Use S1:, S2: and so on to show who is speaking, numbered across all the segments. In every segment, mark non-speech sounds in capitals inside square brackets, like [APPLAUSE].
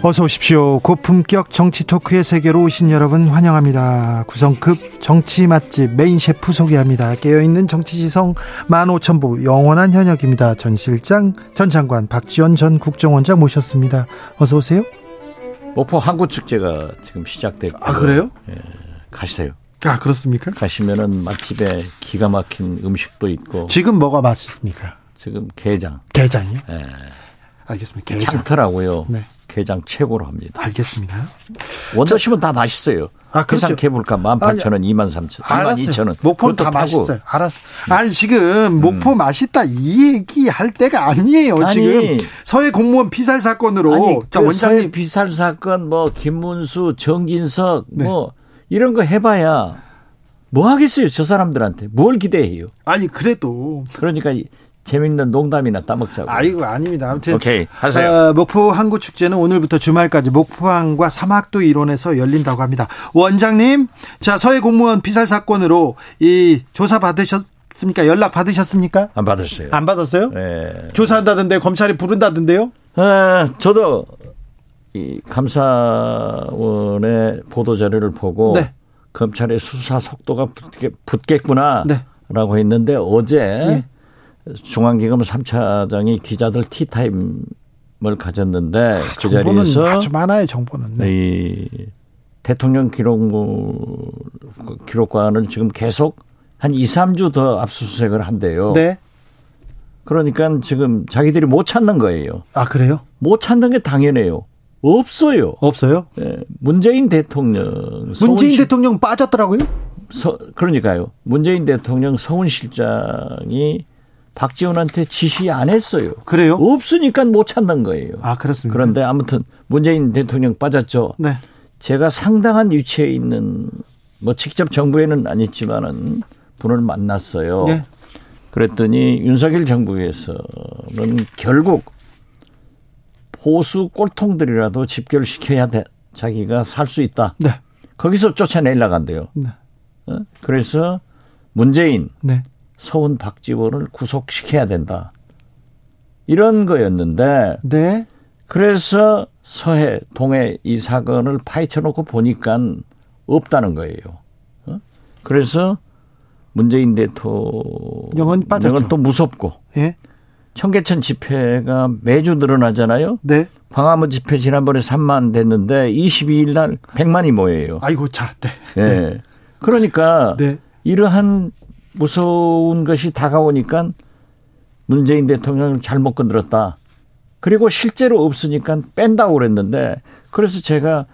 S1: 어서 오십시오. 고품격 정치 토크의 세계로 오신 여러분 환영합니다. 구성급 정치 맛집 메인 셰프 소개합니다. 깨어있는 정치지성 15,000부 영원한 현역입니다. 전 실장, 전 장관 박지원 전 국정원장 모셨습니다. 어서 오세요.
S2: 뭐, 목포 항구축제가 지금 시작됐고
S1: 아 그래요?
S2: 가세요.
S1: 아 그렇습니까?
S2: 가시면은 맛집에 기가 막힌 음식도 있고
S1: 지금 뭐가 맛있습니까?
S2: 지금 게장
S1: 게장이요? 알겠습니다. 게장.
S2: 장터라고요.
S1: 네.
S2: 게장 최고로 합니다.
S1: 알겠습니다.
S2: 원더십은 다 맛있어요.
S1: 아, 그렇죠.
S2: 해상 물가 18,000원, 23,000원, 22,000원.
S1: 목포는 다 맛있어요. 알았어. 아니 지금 목포 맛있다 이 얘기 할 때가 아니에요.
S2: 아니.
S1: 지금 서해 공무원 피살 사건으로
S2: 아니,
S1: 자
S2: 그
S1: 원장님
S2: 서해 비살 사건 뭐 김문수, 정진석
S1: 네.
S2: 뭐 이런 거 해봐야 뭐 하겠어요 저 사람들한테 뭘 기대해요?
S1: 아니 그래도
S2: 그러니까 이 재밌는 농담이나 따먹자고.
S1: 아이고 아닙니다. 아무튼
S2: 오케이, 하세요.
S1: 어, 목포 항구 축제는 오늘부터 주말까지 목포항과 사막도 일원에서 열린다고 합니다. 원장님, 자 서해 공무원 피살 사건으로 이 조사 받으셨습니까? 연락 받으셨습니까?
S2: 안 받았어요.
S1: 안 받았어요?
S2: 예.
S1: 조사한다던데 검찰이 부른다던데요?
S2: 아, 저도 이 감사원의 보도 자료를 보고
S1: 네.
S2: 검찰의 수사 속도가 붙게, 붙겠구나.
S1: 네. 예.
S2: 라고 했는데 어제 중앙지검 3차장이 기자들 티타임을 가졌는데 그
S1: 아, 정보는
S2: 자리에서
S1: 아주 많아요. 정보는. 네.
S2: 이 대통령 기록물 기록관을 지금 계속 한 2, 3주 더 압수수색을 한대요.
S1: 네.
S2: 그러니까 지금 자기들이 못 찾는 거예요.
S1: 아 그래요?
S2: 못 찾는 게 당연해요. 없어요.
S1: 없어요?
S2: 예, 문재인 대통령, 서울
S1: 문재인
S2: 실-
S1: 대통령 빠졌더라고요.
S2: 서- 그러니까요. 문재인 대통령 서훈실장이 박지원한테 지시 안 했어요.
S1: 그래요?
S2: 없으니까 못 찾는 거예요.
S1: 아 그렇습니다.
S2: 그런데 아무튼 문재인 대통령 빠졌죠.
S1: 네.
S2: 제가 상당한 위치에 있는 뭐 직접 정부에는 아니지만은 분을 만났어요.
S1: 네.
S2: 그랬더니 윤석열 정부에서는 결국 보수 꼴통들이라도 집결시켜야 돼. 자기가 살 수 있다.
S1: 네.
S2: 거기서 쫓아내려고 한대요.
S1: 네.
S2: 어? 그래서 문재인,
S1: 네.
S2: 서훈 박지원을 구속시켜야 된다. 이런 거였는데
S1: 네.
S2: 그래서 서해, 동해 이 사건을 파헤쳐놓고 보니까 없다는 거예요. 어? 그래서 문재인 대통령은
S1: 영은 빠졌죠.
S2: 또 무섭고
S1: 예.
S2: 청계천 집회가 매주 늘어나잖아요.
S1: 네.
S2: 광화문 집회 지난번에 3만 됐는데 22일 날 100만이 모여요.
S1: 아이고 자. 네.
S2: 예. 그러니까
S1: 네.
S2: 이러한 무서운 것이 다가오니까 문재인 대통령을 잘못 건드렸다. 그리고 실제로 없으니까 뺀다고 그랬는데 그래서 제가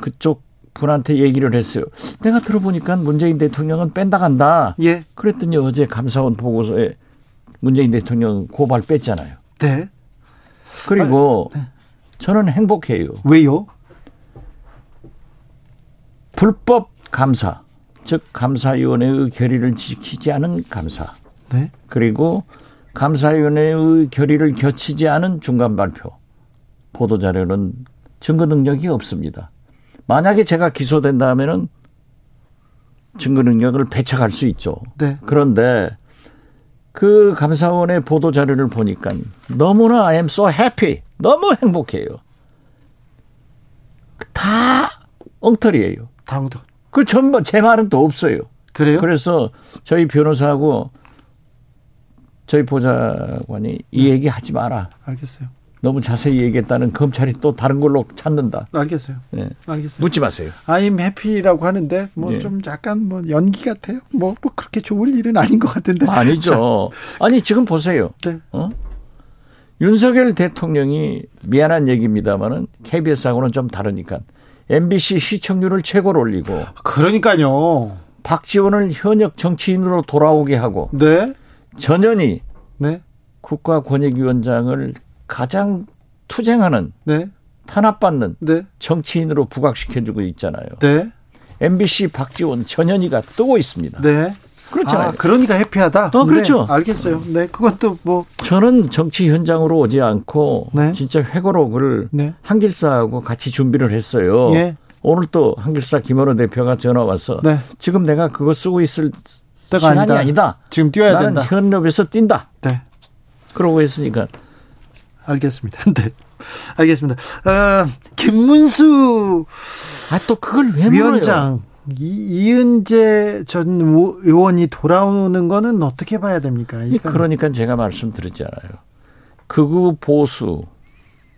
S2: 그쪽 분한테 얘기를 했어요. 내가 들어보니까 문재인 대통령은 뺀다 간다.
S1: 예.
S2: 그랬더니 어제 감사원 보고서에 문재인 대통령 고발 뺐잖아요.
S1: 네.
S2: 그리고
S1: 아,
S2: 저는 행복해요.
S1: 왜요?
S2: 불법 감사, 즉 감사위원회의 결의를 지키지 않은 감사,
S1: 네.
S2: 그리고 감사위원회의 결의를 겨치지 않은 중간 발표 보도 자료는 증거 능력이 없습니다. 만약에 제가 기소된다면은 증거 능력을 배척할 수 있죠.
S1: 네.
S2: 그런데 그 감사원의 보도 자료를 보니까 너무나 I am so happy. 너무 행복해요. 다 엉터리예요.
S1: 당도
S2: 그 전부 제 말은 또 없어요.
S1: 그래요?
S2: 그래서 저희 변호사하고 저희 보좌관이 이 얘기 하지 마라.
S1: 알겠어요.
S2: 너무 자세히 얘기했다는 검찰이 또 다른 걸로 찾는다.
S1: 알겠어요.
S2: 예.
S1: 알겠어요.
S2: 묻지 마세요.
S1: I'm happy라고 하는데 뭐
S2: 예.
S1: 좀 약간 뭐 연기 같아요. 뭐, 뭐 그렇게 좋을 일은 아닌 것 같은데.
S2: 뭐 [LAUGHS] 아니죠. 아니 지금 보세요.
S1: 자, 네.
S2: 어? 윤석열 대통령이 미안한 얘기입니다만은 KBS하고는 좀 다르니까 MBC 시청률을 최고로 올리고
S1: 그러니까요.
S2: 박지원을 현역 정치인으로 돌아오게 하고
S1: 네.
S2: 전현희
S1: 네.
S2: 국가권익위원장을 가장 투쟁하는
S1: 네.
S2: 탄압받는
S1: 네.
S2: 정치인으로 부각시켜주고 있잖아요.
S1: 네.
S2: MBC 박지원 전현희가 뜨고 있습니다.
S1: 네.
S2: 그렇잖아요.
S1: 아, 그러니까 해피하다.
S2: 그렇죠. 어, 그렇죠.
S1: 네, 알겠어요. 네, 그것도 뭐
S2: 저는 정치 현장으로 오지 않고
S1: 네.
S2: 진짜 회고록을
S1: 네.
S2: 한길사하고 같이 준비를 했어요.
S1: 예.
S2: 오늘 또 한길사 김원호 대표가 전화 와서
S1: 네.
S2: 지금 내가 그거 쓰고 있을
S1: 때가
S2: 시간이
S1: 아니다.
S2: 아니다.
S1: 지금 뛰어야
S2: 나는
S1: 된다.
S2: 현업에서 뛴다.
S1: 네.
S2: 그러고 했으니까 아,
S1: 알겠습니다. [LAUGHS] 네. 알겠습니다. 어, 김문수
S2: 아 또 그걸 왜 물어요?
S1: 위원장 이, 이은재 전 의- 의원이 돌아오는 거는 어떻게 봐야 됩니까?
S2: 이 그러니까 제가 말씀드렸잖아요. 극우 보수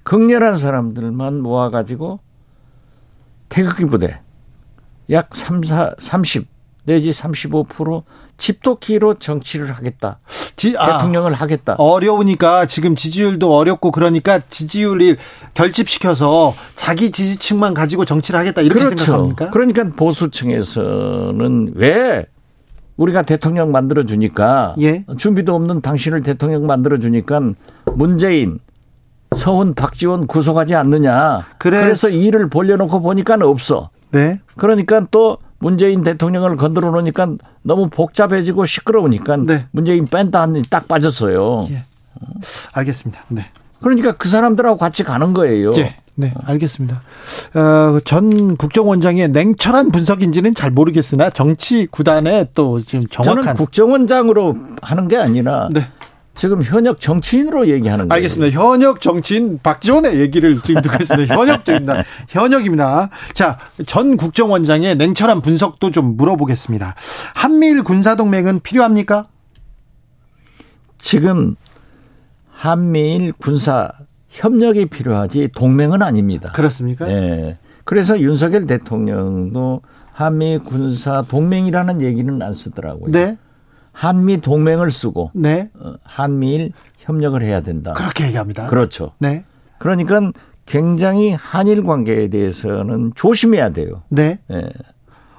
S2: 극렬한 사람들만 모아가지고 태극기 부대 약 3, 4, 30 내지 35% 집토끼로 정치를 하겠다.
S1: 지- 아,
S2: 대통령을 하겠다.
S1: 어려우니까 지금 지지율도 어렵고 그러니까 지지율을 결집시켜서 자기 지지층만 가지고 정치를 하겠다 이렇게 생각합니까?
S2: 그러니까 보수층에서는 왜 우리가 대통령 만들어 주니까
S1: 예.
S2: 준비도 없는 당신을 대통령 만들어 주니까 문재인 서훈 박지원 구속하지 않느냐.
S1: 그래서-
S2: 그래서 일을 벌려놓고 보니까 없어.
S1: 네.
S2: 그러니까 또 문재인 대통령을 건드려 놓으니까 너무 복잡해지고 시끄러우니까
S1: 네.
S2: 문재인 뺀다 하니 딱 빠졌어요.
S1: 예. 알겠습니다. 네.
S2: 그러니까 그 사람들하고 같이 가는 거예요.
S1: 예. 네, 알겠습니다. 어, 전 국정원장의 냉철한 분석인지는 잘 모르겠으나 정치 구단의 또 지금
S2: 저는
S1: 정확한
S2: 국정원장으로 하는 게 아니라
S1: 네.
S2: 지금 현역 정치인으로 얘기하는 거예요.
S1: 알겠습니다. 현역 정치인 박지원의 얘기를 지금 듣고 [LAUGHS] 있습니다. 현역입니다. 현역입니다. 자, 전 국정원장의 냉철한 분석도 좀 물어보겠습니다. 한미일 군사동맹은 필요합니까?
S2: 지금 한미일 군사 협력이 필요하지 동맹은 아닙니다.
S1: 그렇습니까?
S2: 예. 그래서 윤석열 대통령도 한미 군사 동맹이라는 얘기는 안 쓰더라고요.
S1: 네.
S2: 한미 동맹을 쓰고
S1: 네.
S2: 어, 한미일 협력을 해야 된다.
S1: 그렇게 얘기합니다.
S2: 그렇죠.
S1: 네.
S2: 그러니까 굉장히 한일 관계에 대해서는 조심해야 돼요.
S1: 네.
S2: 예.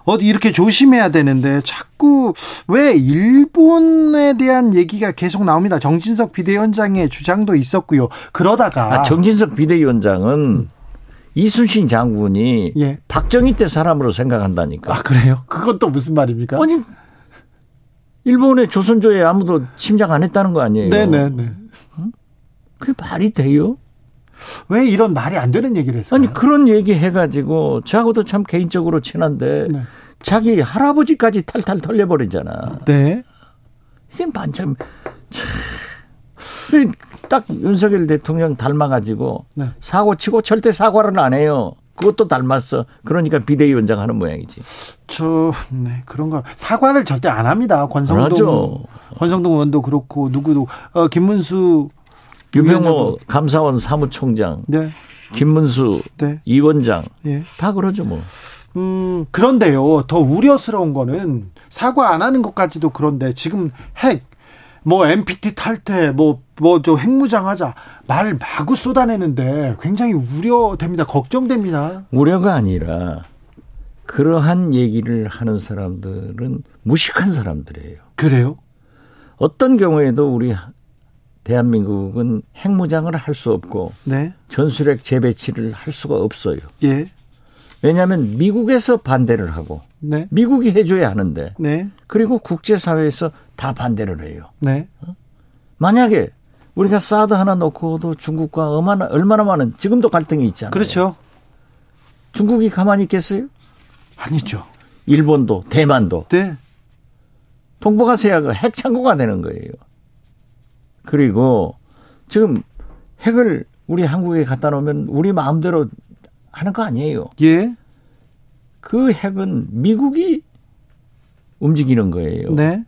S1: 어디 이렇게 조심해야 되는데 자꾸 왜 일본에 대한 얘기가 계속 나옵니다. 정진석 비대위원장의 주장도 있었고요. 그러다가
S2: 아, 정진석 비대위원장은 이순신 장군이
S1: 음. 예.
S2: 박정희 때 사람으로 생각한다니까.
S1: 아, 그래요? 그건 또 무슨 말입니까?
S2: 아니 일본의 조선조에 아무도 침략 안 했다는 거 아니에요?
S1: 네, 네, 네.
S2: 그게 말이 돼요?
S1: 왜 이런 말이 안 되는 얘기를 했어요?
S2: 아니 그런 얘기 해가지고 저하고도 참 개인적으로 친한데
S1: 네.
S2: 자기 할아버지까지 탈탈 털려버리잖아.
S1: 네.
S2: 이게 만참 참. 딱 윤석열 대통령 닮아가지고
S1: 네.
S2: 사고 치고 절대 사과를 안 해요. 그것도 닮았어. 그러니까 비대위원장 하는 모양이지.
S1: 저, 네, 그런 거. 사과를 절대 안 합니다. 권성동.
S2: 그러죠.
S1: 권성동 의원도 그렇고, 누구도. 어, 김문수.
S2: 유병호
S1: 위원장도-
S2: 감사원 사무총장,
S1: 네,
S2: 김문수
S1: 네,
S2: 이원장
S1: 예.
S2: 다 그러죠 뭐.
S1: 음, 그런데요. 더 우려스러운 거는 사과 안 하는 것까지도 그런데 지금 핵, 뭐, MPT 탈퇴, 뭐, 뭐, 저 핵무장 하자. 말 마구 쏟아내는데 굉장히 우려됩니다. 걱정됩니다.
S2: 우려가 아니라 그러한 얘기를 하는 사람들은 무식한 사람들이에요.
S1: 그래요?
S2: 어떤 경우에도 우리 대한민국은 핵무장을 할 수 없고
S1: 네,
S2: 전술핵 재배치를 할 수가 없어요.
S1: 예,
S2: 왜냐하면 미국에서 반대를 하고
S1: 네,
S2: 미국이 해줘야 하는데
S1: 네,
S2: 그리고 국제사회에서 다 반대를 해요.
S1: 네.
S2: 만약에 우리가 사드 하나 놓고도 중국과 얼마나, 얼마나 많은 지금도 갈등이 있잖아요.
S1: 그렇죠.
S2: 중국이 가만히 있겠어요?
S1: 아니죠.
S2: 일본도 대만도
S1: 네,
S2: 동북아시아가 핵창고가 되는 거예요. 그리고 지금 핵을 우리 한국에 갖다 놓으면 우리 마음대로 하는 거 아니에요.
S1: 예,
S2: 그 핵은 미국이 움직이는 거예요.
S1: 네.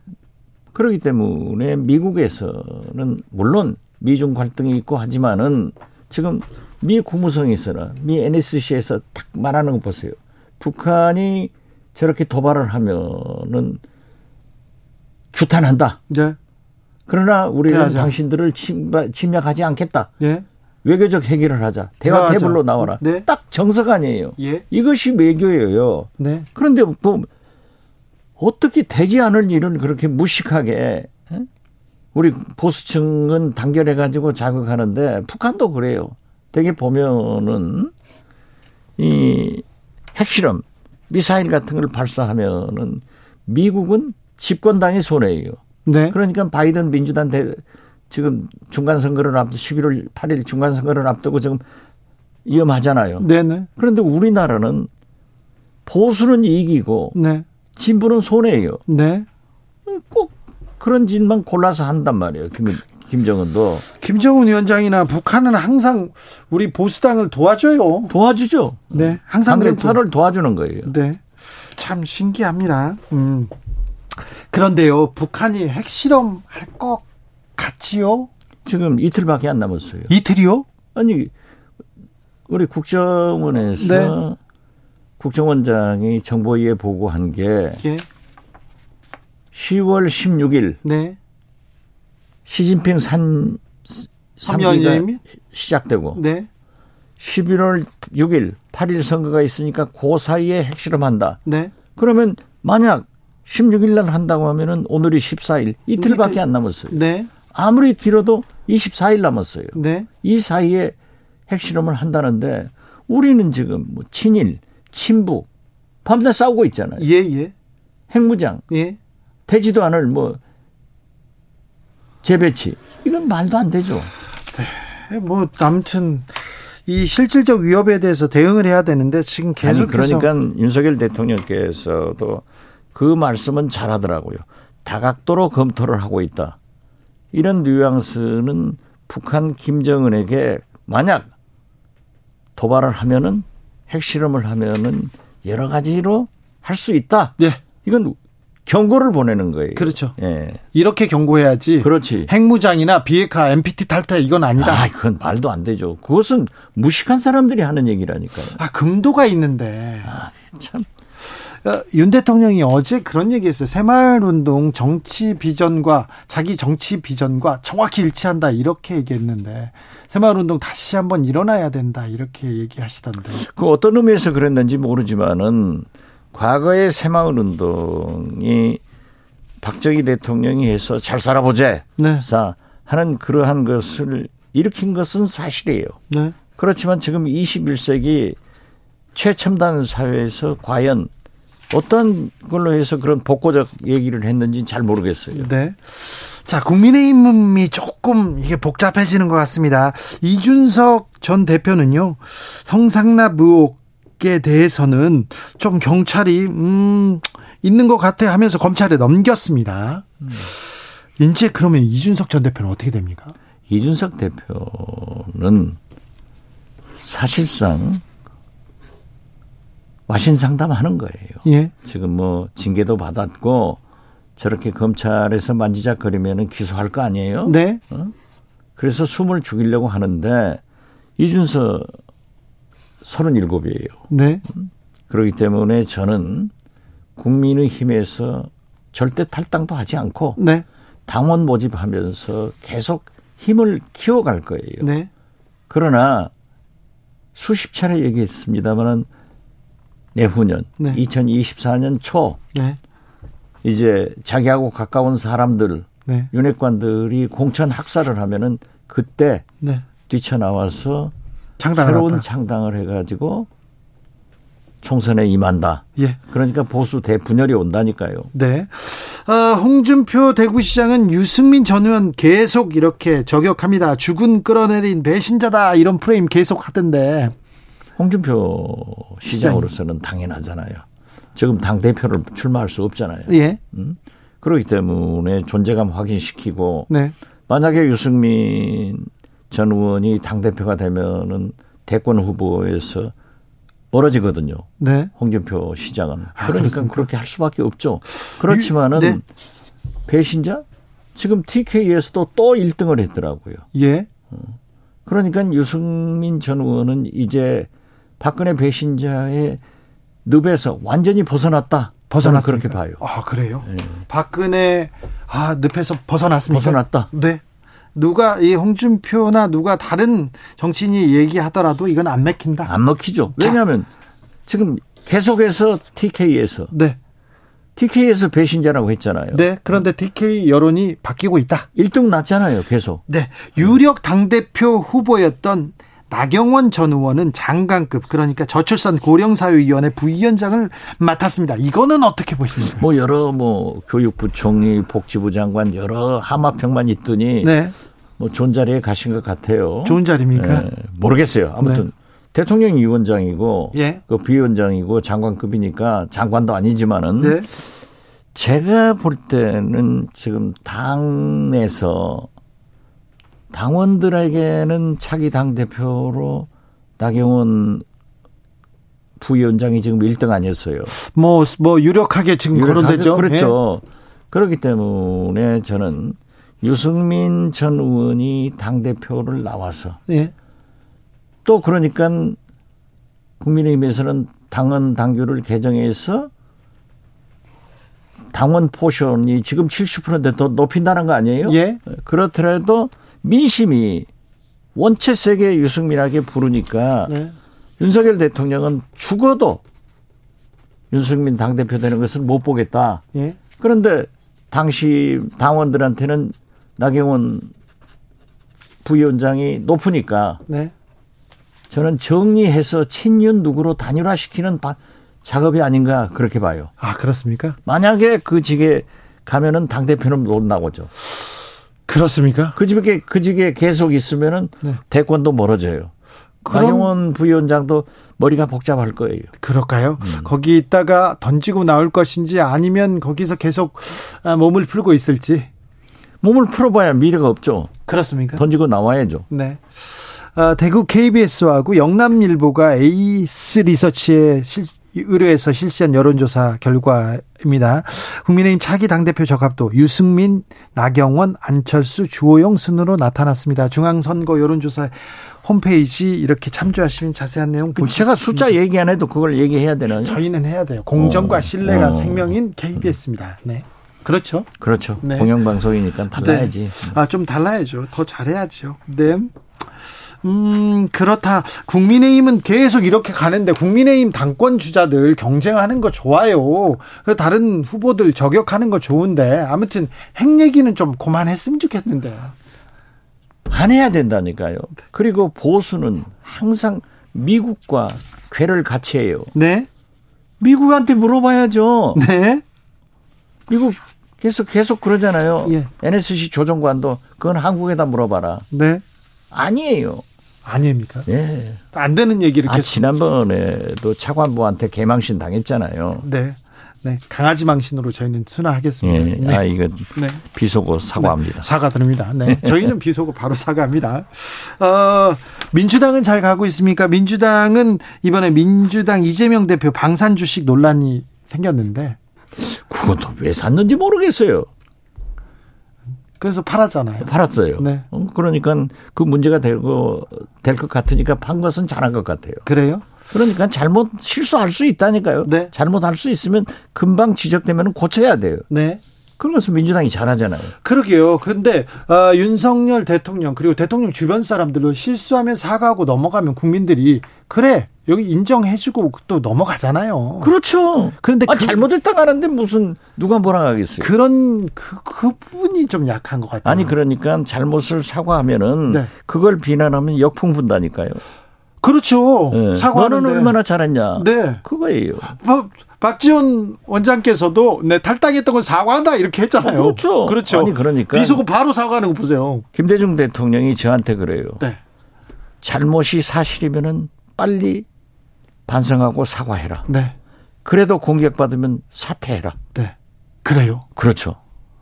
S2: 그렇기 때문에 미국에서는 물론 미중 갈등이 있고 하지만은 지금 미 국무성에서나 미 NSC에서 탁 말하는 거 보세요. 북한이 저렇게 도발을 하면은 규탄한다.
S1: 네.
S2: 그러나 우리는
S1: 대하자.
S2: 당신들을 침바, 침략하지 않겠다.
S1: 예.
S2: 외교적 해결을 하자. 대화
S1: 대화하자.
S2: 테이블로 나와라.
S1: 네.
S2: 딱 정석 아니에요.
S1: 예.
S2: 이것이 외교예요.
S1: 네.
S2: 그런데 뭐 어떻게 되지 않을 일을 그렇게 무식하게 에? 우리 보수층은 단결해 가지고 자극하는데 북한도 그래요. 되게 보면은 이 핵실험 미사일 같은 걸 발사하면은 미국은 집권당이 손해예요.
S1: 네.
S2: 그러니까 바이든 민주당 대, 지금 중간 선거를 앞두고 11월 8일 중간 선거를 앞두고 지금 위험하잖아요.
S1: 네네.
S2: 그런데 우리나라는 보수는 이기고
S1: 네.
S2: 진보는 손해예요.
S1: 네.
S2: 꼭 그런 짓만 골라서 한단 말이에요. 김, 김정은도
S1: 김정은 위원장이나 북한은 항상 우리 보수당을 도와줘요.
S2: 도와주죠.
S1: 네. 항상 그랬죠.
S2: 강경파를 도와주는 거예요.
S1: 네. 참 신기합니다. 음. 그런데요, 북한이 핵실험 할 것 같지요?
S2: 지금 이틀밖에 안 남았어요.
S1: 이틀이요?
S2: 아니 우리 국정원에서
S1: 네.
S2: 국정원장이 정보위에 보고한 게
S1: 예.
S2: 10월 16일
S1: 네.
S2: 시진핑 산 삼기가
S1: 삼연임이
S2: 시작되고
S1: 네.
S2: 11월 6일 8일 선거가 있으니까 그 사이에 핵실험한다.
S1: 네.
S2: 그러면 만약 16일 날 한다고 하면은 오늘이 14일 이틀밖에 안 남았어요.
S1: 네.
S2: 아무리 길어도 24일 남았어요.
S1: 네.
S2: 이 사이에 핵실험을 한다는데 우리는 지금 뭐 친일, 친북 밤새 싸우고 있잖아요.
S1: 예, 예.
S2: 핵무장,
S1: 예.
S2: 되지도 않을 뭐 재배치 이건 말도 안 되죠.
S1: 뭐 아무튼 이 실질적 위협에 대해서 대응을 해야 되는데 지금
S2: 아니,
S1: 계속해서
S2: 그러니까 윤석열 대통령께서도 그 말씀은 잘하더라고요. 다각도로 검토를 하고 있다. 이런 뉘앙스는 북한 김정은에게 만약 도발을 하면은 핵실험을 하면은 여러 가지로 할 수 있다.
S1: 예.
S2: 이건 경고를 보내는 거예요.
S1: 그렇죠.
S2: 예.
S1: 이렇게 경고해야지.
S2: 그렇지.
S1: 핵무장이나 비핵화, MPT 탈퇴 이건 아니다.
S2: 아, 그건 말도 안 되죠. 그것은 무식한 사람들이 하는 얘기라니까요.
S1: 아, 금도가 있는데.
S2: 아, 참.
S1: 어, 윤 대통령이 어제 그런 얘기했어요. 새마을운동 정치 비전과 자기 정치 비전과 정확히 일치한다 이렇게 얘기했는데 새마을운동 다시 한번 일어나야 된다 이렇게 얘기하시던데.
S2: 그 어떤 의미에서 그랬는지 모르지만은 과거의 새마을 운동이 박정희 대통령이 해서 잘 살아보자
S1: 네,
S2: 자 하는 그러한 것을 일으킨 것은 사실이에요.
S1: 네,
S2: 그렇지만 지금 21세기 최첨단 사회에서 과연 어떤 걸로 해서 그런 복고적 얘기를 했는지 잘 모르겠어요.
S1: 네. 자, 국민의힘이 조금 이게 복잡해지는 것 같습니다. 이준석 전 대표는요 성상납 의혹에 대해서는 좀 경찰이 음 있는 것 같아 하면서 검찰에 넘겼습니다. 이제 그러면 이준석 전 대표는 어떻게 됩니까?
S2: 이준석 대표는 사실상 와신 상담하는 거예요.
S1: 예,
S2: 지금 뭐 징계도 받았고 저렇게 검찰에서 만지작거리면은 기소할 거 아니에요?
S1: 네,
S2: 그래서 숨을 죽이려고 하는데 이준석 37이에요.
S1: 네,
S2: 그렇기 때문에 저는 국민의힘에서 절대 탈당도 하지 않고
S1: 네,
S2: 당원 모집하면서 계속 힘을 키워갈 거예요.
S1: 네,
S2: 그러나 수십 차례 얘기했습니다마는 내후년
S1: 네.
S2: 2024년 초
S1: 네,
S2: 이제 자기하고 가까운 사람들
S1: 네,
S2: 윤핵관들이 공천 학살을 하면은 그때
S1: 네.
S2: 뛰쳐나와서 새로운
S1: 장당하다.
S2: 창당을 해가지고 총선에 임한다.
S1: 예.
S2: 그러니까 보수 대분열이 온다니까요.
S1: 네. 어, 홍준표 대구시장은 유승민 전 의원 계속 이렇게 저격합니다. 죽은 끌어내린 배신자다 이런 프레임 계속 하던데.
S2: 홍준표 시장으로서는 당연하잖아요. 지금 당 대표를 출마할 수 없잖아요.
S1: 예.
S2: 음? 그렇기 때문에 존재감 확인시키고
S1: 네.
S2: 만약에 유승민 전 의원이 당 대표가 되면은 대권 후보에서 멀어지거든요.
S1: 네.
S2: 홍준표 시장은
S1: 아,
S2: 그러니까
S1: 그렇습니까?
S2: 그렇게 할 수밖에 없죠. 그렇지만은
S1: 네.
S2: 배신자 지금 TK에서도 또 1등을 했더라고요.
S1: 예.
S2: 그러니까 유승민 전 의원은 이제 박근혜 배신자의 늪에서 완전히 벗어났다. 저는
S1: 벗어났습니까?
S2: 그렇게 봐요. 네.
S1: 아, 그래요? 박근혜 아, 늪에서 벗어났습니까?
S2: 벗어났다.
S1: 네. 누가 이 홍준표나 누가 다른 정치인이 얘기하더라도 이건 안 맥힌다.
S2: 안 먹히죠.
S1: 자.
S2: 왜냐하면 지금 계속해서 TK에서
S1: 네.
S2: TK에서 배신자라고 했잖아요.
S1: 네. 그런데 TK 여론이 바뀌고 있다.
S2: 일 1등 났잖아요. 계속.
S1: 네, 유력 당대표 후보였던 나경원 전 의원은 장관급 그러니까 저출산 고령사회위원회 부위원장을 맡았습니다. 이거는 어떻게 보십니까?
S2: 뭐 여러 뭐 교육부총리, 복지부 장관 여러 하마평만 있더니
S1: 네,
S2: 뭐 좋은 자리에 가신 것 같아요.
S1: 좋은 자리입니까?
S2: 예, 모르겠어요. 아무튼
S1: 그러니까? 네.
S2: 대통령이 위원장이고
S1: 예.
S2: 그 비위원장이고 장관급이니까 장관도 아니지만은
S1: 네,
S2: 제가 볼 때는 지금 당에서 당원들에게는 차기 당 대표로 나경원 부위원장이 지금 1등 아니었어요.
S1: 뭐뭐 유력하게 지금 거론되죠.
S2: 그렇죠. 그렇기 때문에 저는 유승민 전 의원이 당 대표를 나와서
S1: 예, 예.
S2: 또 그러니까 국민의힘에서는 당헌 당규를 개정해서 당원 포션이 지금 70%더 높인다는 거 아니에요?
S1: 예.
S2: 그렇더라도 민심이 원체 세계 유승민에게 부르니까
S1: 네.
S2: 윤석열 대통령은 죽어도 윤승민 당대표 되는 것을 못 보겠다.
S1: 예.
S2: 그런데 당시 당원들한테는 나경원 부위원장이 높으니까
S1: 네.
S2: 저는 정리해서 친윤 누구로 단일화시키는 바- 작업이 아닌가 그렇게 봐요.
S1: 아 그렇습니까?
S2: 만약에 그 직에 가면은 당 대표는 못 나오죠.
S1: 그렇습니까?
S2: 그 집에 그 직에 계속 있으면은
S1: 네.
S2: 대권도 멀어져요.
S1: 그럼-
S2: 나경원 부위원장도 머리가 복잡할 거예요.
S1: 그럴까요? 거기 있다가 던지고 나올 것인지 아니면 거기서 계속 아, 몸을 풀고 있을지
S2: 몸을 풀어봐야 미래가 없죠.
S1: 그렇습니까?
S2: 던지고 나와야죠.
S1: 네. 아, 대구 KBS하고 영남일보가 에이스 리서치에 실- 의뢰해서 실시한 여론조사 결과입니다. 국민의힘 차기 당대표 적합도 유승민, 나경원, 안철수, 주호영 순으로 나타났습니다. 중앙선거 여론조사 홈페이지 이렇게 참조하시면 자세한 내용 보실
S2: 제가
S1: 수 있습니다.
S2: 숫자 얘기 안 해도 그걸 얘기해야 되나요?
S1: 저희는 해야 돼요. 공정과 신뢰가
S2: 어.
S1: 생명인 KBS입니다. 네. 그렇죠.
S2: 그렇죠.
S1: 네.
S2: 공영방송이니까 달라야지.
S1: 아, 좀 달라야죠. 더 잘해야죠. 네. 음, 그렇다. 국민의힘은 계속 이렇게 가는데, 국민의힘 당권 주자들 경쟁하는 거 좋아요. 그 다른 후보들 저격하는 거 좋은데, 아무튼 핵 얘기는 좀 그만했으면 좋겠는데.
S2: 안 해야 된다니까요.
S1: 네.
S2: 그리고 보수는 항상 미국과 궤를 같이 해요.
S1: 네?
S2: 미국한테 물어봐야죠.
S1: 네?
S2: 미국 계속 계속 그러잖아요.
S1: 예.
S2: NSC 조정관도 그건 한국에다 물어봐라.
S1: 네?
S2: 아니에요.
S1: 아닙니까?
S2: 예.
S1: 안 되는 얘기를
S2: 아,
S1: 계속.
S2: 지난번에도 차관부한테 개망신 당했잖아요.
S1: 네. 네. 강아지 망신으로 저희는 순화하겠습니다.
S2: 예.
S1: 네.
S2: 아, 이거
S1: 네.
S2: 비속어 사과합니다.
S1: 사과드립니다. 네. 저희는 비속어 바로 사과합니다. 어, 민주당은 잘 가고 있습니까? 민주당은 이번에 민주당 이재명 대표 방산 주식 논란이 생겼는데
S2: 그건 또 왜 샀는지 모르겠어요.
S1: 그래서 팔았잖아요.
S2: 팔았어요.
S1: 네.
S2: 어, 그러니까 그 문제가 되고 될 것 같으니까 판 것은 잘한 것 같아요.
S1: 그래요?
S2: 그러니까 잘못 실수할 수 있다니까요.
S1: 네.
S2: 잘못할 수 있으면 금방 지적되면 고쳐야 돼요.
S1: 네.
S2: 그런 것은 민주당이 잘하잖아요.
S1: 그러게요. 근데 어, 윤석열 대통령 그리고 대통령 주변 사람들로 실수하면 사과하고 넘어가면 국민들이 그래 여기 인정해주고 또 넘어가잖아요.
S2: 그렇죠.
S1: 그런데
S2: 아,
S1: 그-
S2: 잘못했다고 하는데 무슨 누가 뭐라 하겠어요.
S1: 그런 그, 그 부분이 좀 약한 것 같아요.
S2: 아니 그러니까 잘못을 사과하면은
S1: 네.
S2: 그걸 비난하면 역풍 분다니까요.
S1: 그렇죠.
S2: 예.
S1: 사과하는
S2: 너는 얼마나 잘했냐.
S1: 네.
S2: 그거예요.
S1: 뭐, 박- 박지원 원장께서도 네, 탈당했던 건 사과한다 이렇게 했잖아요.
S2: 어, 그렇죠.
S1: 그렇죠.
S2: 아니, 그러니까.
S1: 비속어 바로 사과하는 거 보세요.
S2: 김대중 대통령이 저한테 그래요.
S1: 네.
S2: 잘못이 사실이면은 빨리 반성하고 사과해라.
S1: 네.
S2: 그래도 공격받으면 사퇴해라.
S1: 네. 그래요.
S2: 그렇죠.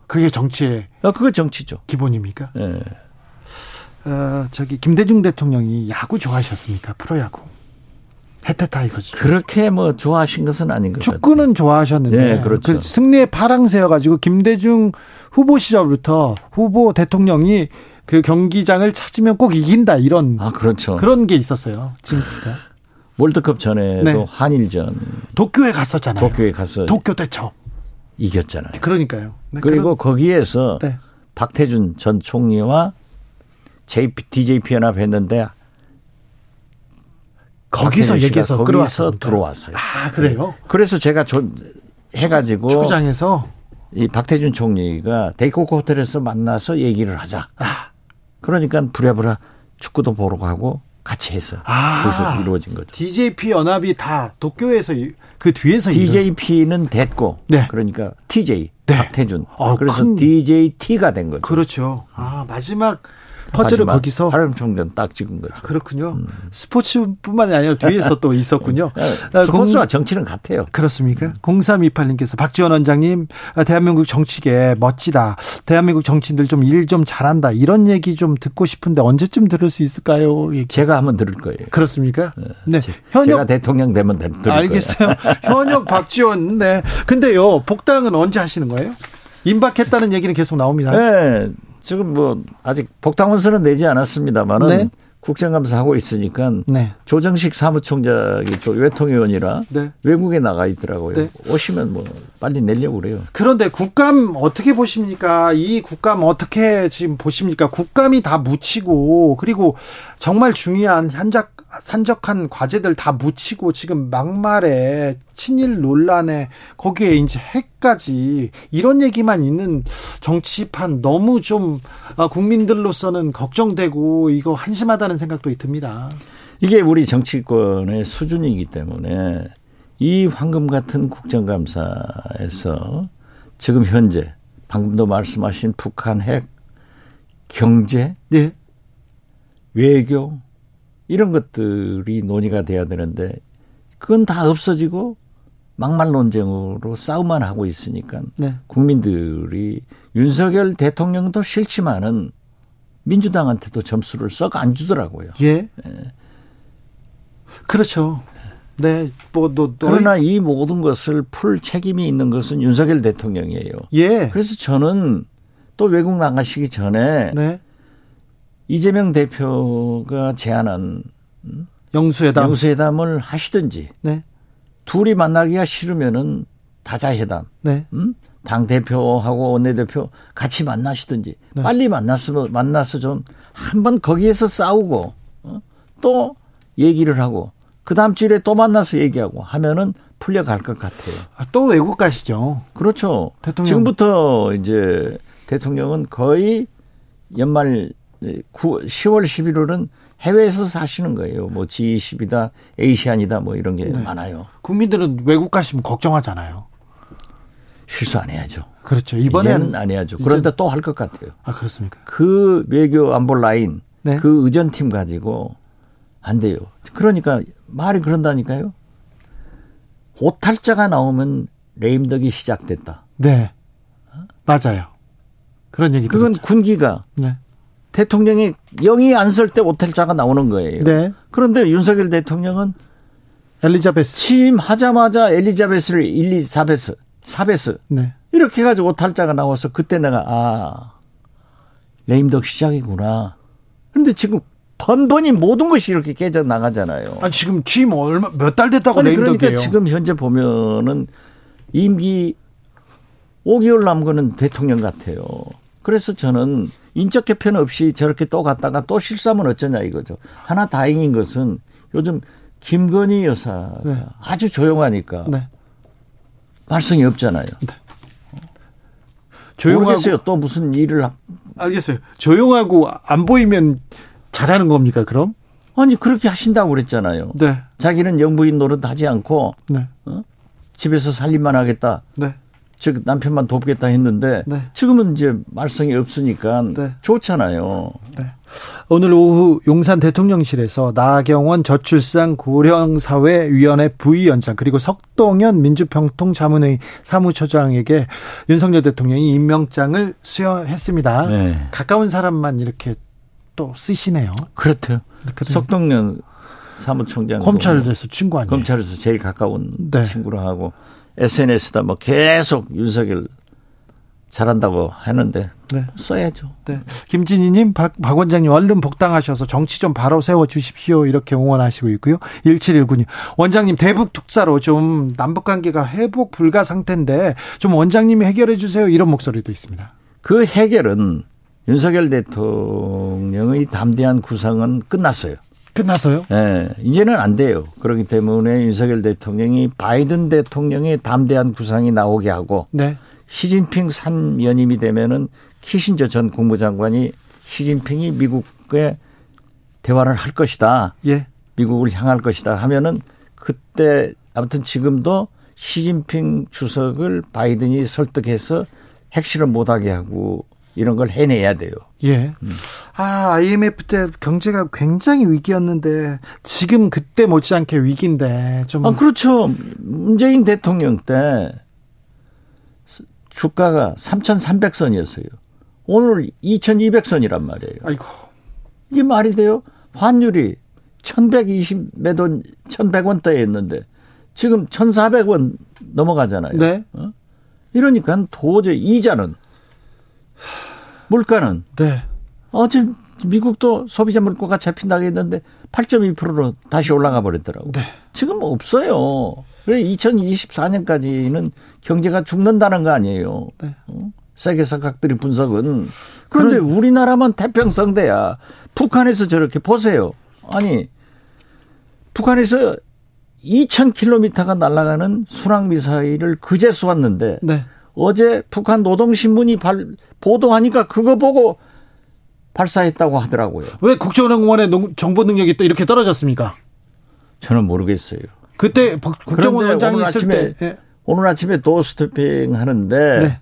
S1: 그게 정치의
S2: 아, 그거 정치죠.
S1: 기본입니까?
S2: 예.
S1: 어, 저기 김대중 대통령이 야구 좋아하셨습니까? 프로야구. 해태 타이거즈.
S2: 그렇게 뭐 좋아하신 것은 아닌 것 같아요.
S1: 축구는 좋아하셨는데
S2: 예, 그렇죠.
S1: 그 승리의 파랑새여가지고 김대중 후보 시절부터 후보 대통령이 그 경기장을 찾으면 꼭 이긴다 이런
S2: 아 그렇죠.
S1: 그런 게 있었어요 징스가
S2: 월드컵 전에도
S1: 네.
S2: 한일전
S1: 도쿄에 갔었잖아요
S2: 도쿄에 가서
S1: 도쿄 대첩.
S2: 이겼잖아요.
S1: 그러니까요. 네,
S2: 그리고 거기에서
S1: 그런- 네.
S2: 박태준 전 총리와 JP, DJP 연합했는데
S1: 거기서
S2: 박태준 씨가
S1: 얘기해서
S2: 거기서
S1: 끌어왔습니까?
S2: 들어왔어요. 네.
S1: 아 그래요.
S2: 그래서 제가 좀 해가지고
S1: 축구장에서
S2: 이 박태준 총리가 데이코코 호텔에서 만나서 얘기를 하자.
S1: 아,
S2: 그러니까 부랴부랴 축구도 보러 가고 같이 해서
S1: 아.
S2: 거기서 이루어진 거죠.
S1: DJP 연합이 다 도쿄에서 이- 그 뒤에서 이루어진-
S2: DJP는 됐고
S1: 네.
S2: 그러니까 TJ
S1: 네.
S2: 박태준
S1: 어,
S2: 그래서
S1: 큰-
S2: DJT가 된 거죠.
S1: 그렇죠. 아 마지막 퍼즐을
S2: 마지막 음.
S1: 거기서
S2: 발음 총전 딱 찍은 거죠.
S1: 그렇군요. 스포츠뿐만이 아니라 뒤에서 또 있었군요.
S2: [LAUGHS]
S1: 아, 공-
S2: 네, 스포츠와 정치는 같아요.
S1: 그렇습니까? 0328님께서 박지원 원장님, 아, 대한민국 정치계 멋지다. 대한민국 정치인들 좀 일 좀 잘한다. 이런 얘기 좀 듣고 싶은데 언제쯤 들을 수 있을까요? 예, 얘기.
S2: 제가 한번 들을 거예요.
S1: 그렇습니까? 네.
S2: 제가
S1: 현역
S2: 대통령 되면 들- 들을 거예요. [LAUGHS]
S1: 알겠어요. 현역 박지원. 네. 근데요, 복당은 언제 하시는 거예요? 임박했다는 얘기는 계속 나옵니다.
S2: 예. 지금 뭐 아직 복당 원서는 내지 않았습니다만은
S1: 네.
S2: 국정감사 하고 있으니까
S1: 네.
S2: 조정식 사무총장이 또 외통위원이라
S1: 네.
S2: 외국에 나가 있더라고요.
S1: 네.
S2: 오시면 뭐 빨리 내려고 그래요.
S1: 그런데 국감 어떻게 보십니까? 이 국감 어떻게 지금 보십니까? 국감이 다 묻히고 그리고 정말 중요한 한적 산적한 과제들 다 묻히고 지금 막말에 친일 논란에 거기에 이제 핵까지 이런 얘기만 있는 정치판 너무 좀 아, 국민들로서는 걱정되고 이거 한심하다는 생각도 듭니다.
S2: 이게 우리 정치권의 수준이기 때문에 이 황금 같은 국정감사에서 지금 현재 방금도 말씀하신 북한 핵 경제
S1: 네.
S2: 외교 이런 것들이 논의가 돼야 되는데 그건 다 없어지고 막말 논쟁으로 싸움만 하고 있으니까
S1: 네.
S2: 국민들이 윤석열 대통령도 싫지만은 민주당한테도 점수를 썩 안 주더라고요.
S1: 예. 그렇죠. 네. 뭐너
S2: 그러나 이 모든 것을 풀 책임이 있는 것은 윤석열 대통령이에요.
S1: 예.
S2: 그래서 저는 또 외국 나가시기 전에
S1: 네.
S2: 이재명 대표가 제안한
S1: 영수회담.
S2: 영수회담을 하시든지
S1: 네.
S2: 둘이 만나기가 싫으면은 다자회담,
S1: 네.
S2: 음? 당 대표하고 원내대표 같이 만나시든지
S1: 네.
S2: 빨리 만났으면 만나서 좀 한번 거기에서 싸우고 어? 또 얘기를 하고 그 다음 주에 또 만나서 얘기하고 하면은 풀려갈 것 같아요.
S1: 아, 또 외국 가시죠.
S2: 그렇죠.
S1: 대통령.
S2: 지금부터 이제 대통령은 거의 연말 9, 10월 11월은 해외에서 사시는 거예요. 뭐 G20이다, 에이시안이다 뭐 이런
S1: 네.
S2: 게 많아요.
S1: 국민들은 외국 가시면 걱정하잖아요.
S2: 실수 안 해야죠.
S1: 그렇죠.
S2: 이번에는
S1: 이번에는
S2: 안 해야죠.
S1: 이제-
S2: 그런데 또 할 것 같아요.
S1: 아 그렇습니까?
S2: 그 외교 안보 라인,
S1: 네.
S2: 그 의전팀 가지고 안 돼요. 그러니까 말이 그런다니까요. 오탈자가 나오면 레임덕이 시작됐다.
S1: 네. 맞아요. 그런 얘기
S2: 그건
S1: 들었죠.
S2: 군기가
S1: 네.
S2: 대통령이 영이 안 설 때 오텔자가 나오는 거예요.
S1: 네.
S2: 그런데 윤석열 대통령은
S1: 엘리자베스.
S2: 취임하자마자 엘리자베스를 1, 2, 4베스, 4베스
S1: 네.
S2: 이렇게 해가지고 오탈자가 나와서 그때 내가 아 레임덕 시작이구나. 그런데 지금 번번이 모든 것이 이렇게 깨져 나가잖아요.
S1: 아 지금 취임 얼마 몇 달 됐다고
S2: 아니,
S1: 레임덕이에요.
S2: 그러니까 지금 현재 보면은 임기 5개월 남은 거는 대통령 같아요. 그래서 저는 인적 개편 없이 저렇게 또 갔다가 또 실수하면 어쩌냐 이거죠. 하나 다행인 것은 요즘 김건희 여사가
S1: 네.
S2: 아주 조용하니까
S1: 네.
S2: 말썽이 없잖아요.
S1: 조용하고
S2: 모르겠어요. 또 무슨 일을 하-
S1: 알겠어요. 조용하고 안 보이면 잘하는 겁니까 그럼?
S2: 아니 그렇게 하신다고 그랬잖아요.
S1: 네.
S2: 자기는 영부인 노릇 하지 않고
S1: 네.
S2: 집에서 살림만 하겠다.
S1: 네.
S2: 즉 남편만 돕겠다 했는데
S1: 네.
S2: 지금은 이제 말썽이 없으니까
S1: 네.
S2: 좋잖아요.
S1: 오늘 오후 용산 대통령실에서 나경원 저출산 고령사회위원회 부위원장 그리고 석동현 민주평통자문회의 사무처장에게 윤석열 대통령이 임명장을 수여했습니다.
S2: 네.
S1: 가까운 사람만 이렇게 또 쓰시네요.
S2: 그렇대요.
S1: 그래요.
S2: 석동영 사무총장 뭐
S1: 검찰에서 친구 아니에요?
S2: 네. 검찰에서 제일 가까운
S1: 네.
S2: 친구로 하고 SNS다 뭐 계속 윤석열 잘한다고 하는데
S1: 네.
S2: 써야죠.
S1: 네. 김진희님, 박, 박 원장님, 얼른 복당하셔서 정치 좀 바로 세워주십시오. 이렇게 응원하시고 있고요. 1719님, 원장님, 대북 특사로 좀 남북 관계가 회복 불가 상태인데 좀 원장님이 해결해주세요. 이런 목소리도 있습니다.
S2: 그 해결은 윤석열 대통령의 담대한 구상은 끝났어요.
S1: 끝나서요?
S2: 예, 이제는 안 돼요. 그렇기 때문에 윤석열 대통령이 바이든 대통령의 담대한 구상이 나오게 하고
S1: 네.
S2: 시진핑 3연임이 되면은 키신저 전 국무장관이 시진핑이 미국의 대화를 할 것이다.
S1: 예.
S2: 미국을 향할 것이다 하면은 그때 아무튼 지금도 시진핑 주석을 바이든이 설득해서 핵실험 못하게 하고 이런 걸 해내야 돼요.
S1: 예. 아, IMF 때 경제가 굉장히 위기였는데 지금 그때 못지않게 위기인데 좀
S2: 아, 그렇죠. 문재인 대통령 때 주가가 3,300선이었어요. 오늘 2,200선이란 말이에요.
S1: 아이고.
S2: 이게 말이 돼요? 환율이 1,120몇 원, 1,100원대였는데 지금 1,400원 넘어가잖아요.
S1: 네.
S2: 어? 이러니까 도저히 이자는 물가는
S1: 네.
S2: 어 지금 미국도 소비자 물가가 잡힌다고 했는데 8.2%로 다시 올라가 버렸더라고.
S1: 네.
S2: 지금 없어요. 그래 2024년까지는 경제가 죽는다는 거 아니에요.
S1: 네.
S2: 어? 세계 사각들이 분석은 그런데 우리나라만 태평성대야. 북한에서 저렇게 보세요. 아니 북한에서 2,000km가 날아가는 순항 미사일을 그제 쏘았는데
S1: 네.
S2: 어제 북한 노동신문이 발- 보도하니까 그거 보고 발사했다고 하더라고요.
S1: 왜 국정원공원의 정보 능력이 또 이렇게 떨어졌습니까?
S2: 저는 모르겠어요.
S1: 그때 부- 국정원
S2: 그런데
S1: 원장이
S2: 오늘
S1: 있을
S2: 아침에
S1: 때 예.
S2: 오늘 아침에 도스토핑 하는데
S1: 네.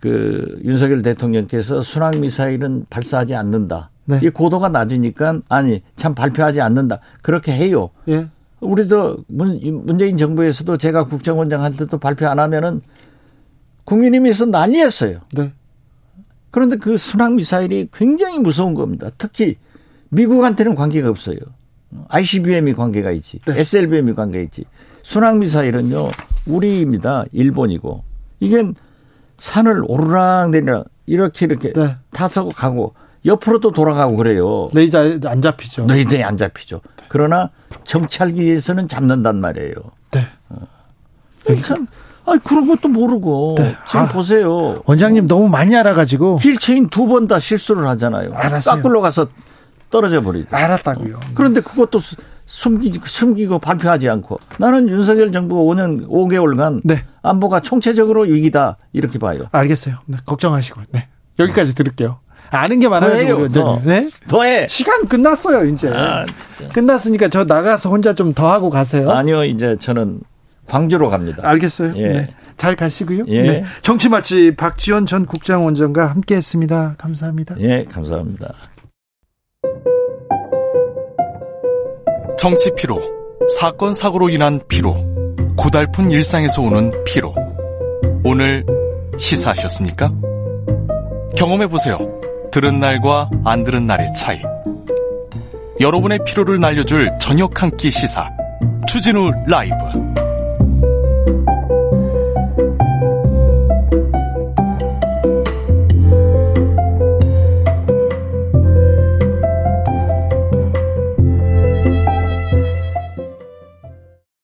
S2: 그 윤석열 대통령께서 순항 미사일은 발사하지 않는다.
S1: 네.
S2: 이 고도가 낮으니까 아니 참 발표하지 않는다. 그렇게 해요.
S1: 예.
S2: 우리도 문, 문재인 정부에서도 제가 국정원장 할 때도 발표 안 하면은 국민의힘에서 난리였어요.
S1: 네.
S2: 그런데 그 순항 미사일이 굉장히 무서운 겁니다. 특히 미국한테는 관계가 없어요. ICBM이 관계가 있지,
S1: 네.
S2: SLBM이 관계가 있지. 순항 미사일은요, 우리입니다. 일본이고 이게 산을 오르락내리락 이렇게 이렇게
S1: 네.
S2: 타서 가고 옆으로 또 돌아가고 그래요.
S1: 레이저 안 잡히죠. 네.
S2: 너희들이 안 잡히죠. 그러나 정찰기에서는 잡는단 말이에요.
S1: 네.
S2: 참, 아니 그런 것도 모르고
S1: 그러니까. 네.
S2: 지금
S1: 아.
S2: 보세요.
S1: 원장님 너무 많이 알아가지고
S2: 휠체인 두 번 다 실수를 하잖아요.
S1: 알았어요. 아.
S2: 거꾸로 가서 떨어져 버리죠.
S1: 알았다고요.
S2: 그런데 그것도 수- 숨기고, 숨기고 발표하지 않고 나는 윤석열 정부가 5년 5개월간
S1: 네.
S2: 안보가 총체적으로 위기다 이렇게 봐요.
S1: 알겠어요. 네, 걱정하시고. 네. 여기까지 들을게요. 아는 게 많아요,
S2: 더해요, 더.
S1: 원장님. 네.
S2: 더해.
S1: 시간 끝났어요, 이제.
S2: 아, 진짜.
S1: 끝났으니까 저 나가서 혼자 좀 더 하고 가세요.
S2: 아니요, 이제 저는 광주로 갑니다.
S1: 알겠어요.
S2: 예.
S1: 네. 잘 가시고요.
S2: 예.
S1: 네. 정치 마치 박지원 전 국장 원장과 함께 했습니다. 감사합니다.
S2: 예, 감사합니다.
S3: 정치 피로, 사건 사고로 인한 피로, 고달픈 일상에서 오는 피로. 오늘 시사하셨습니까? 경험해 보세요. 들은 날과 안 들은 날의 차이. 여러분의 피로를 날려줄 저녁 한 끼 시사. 추진우 라이브.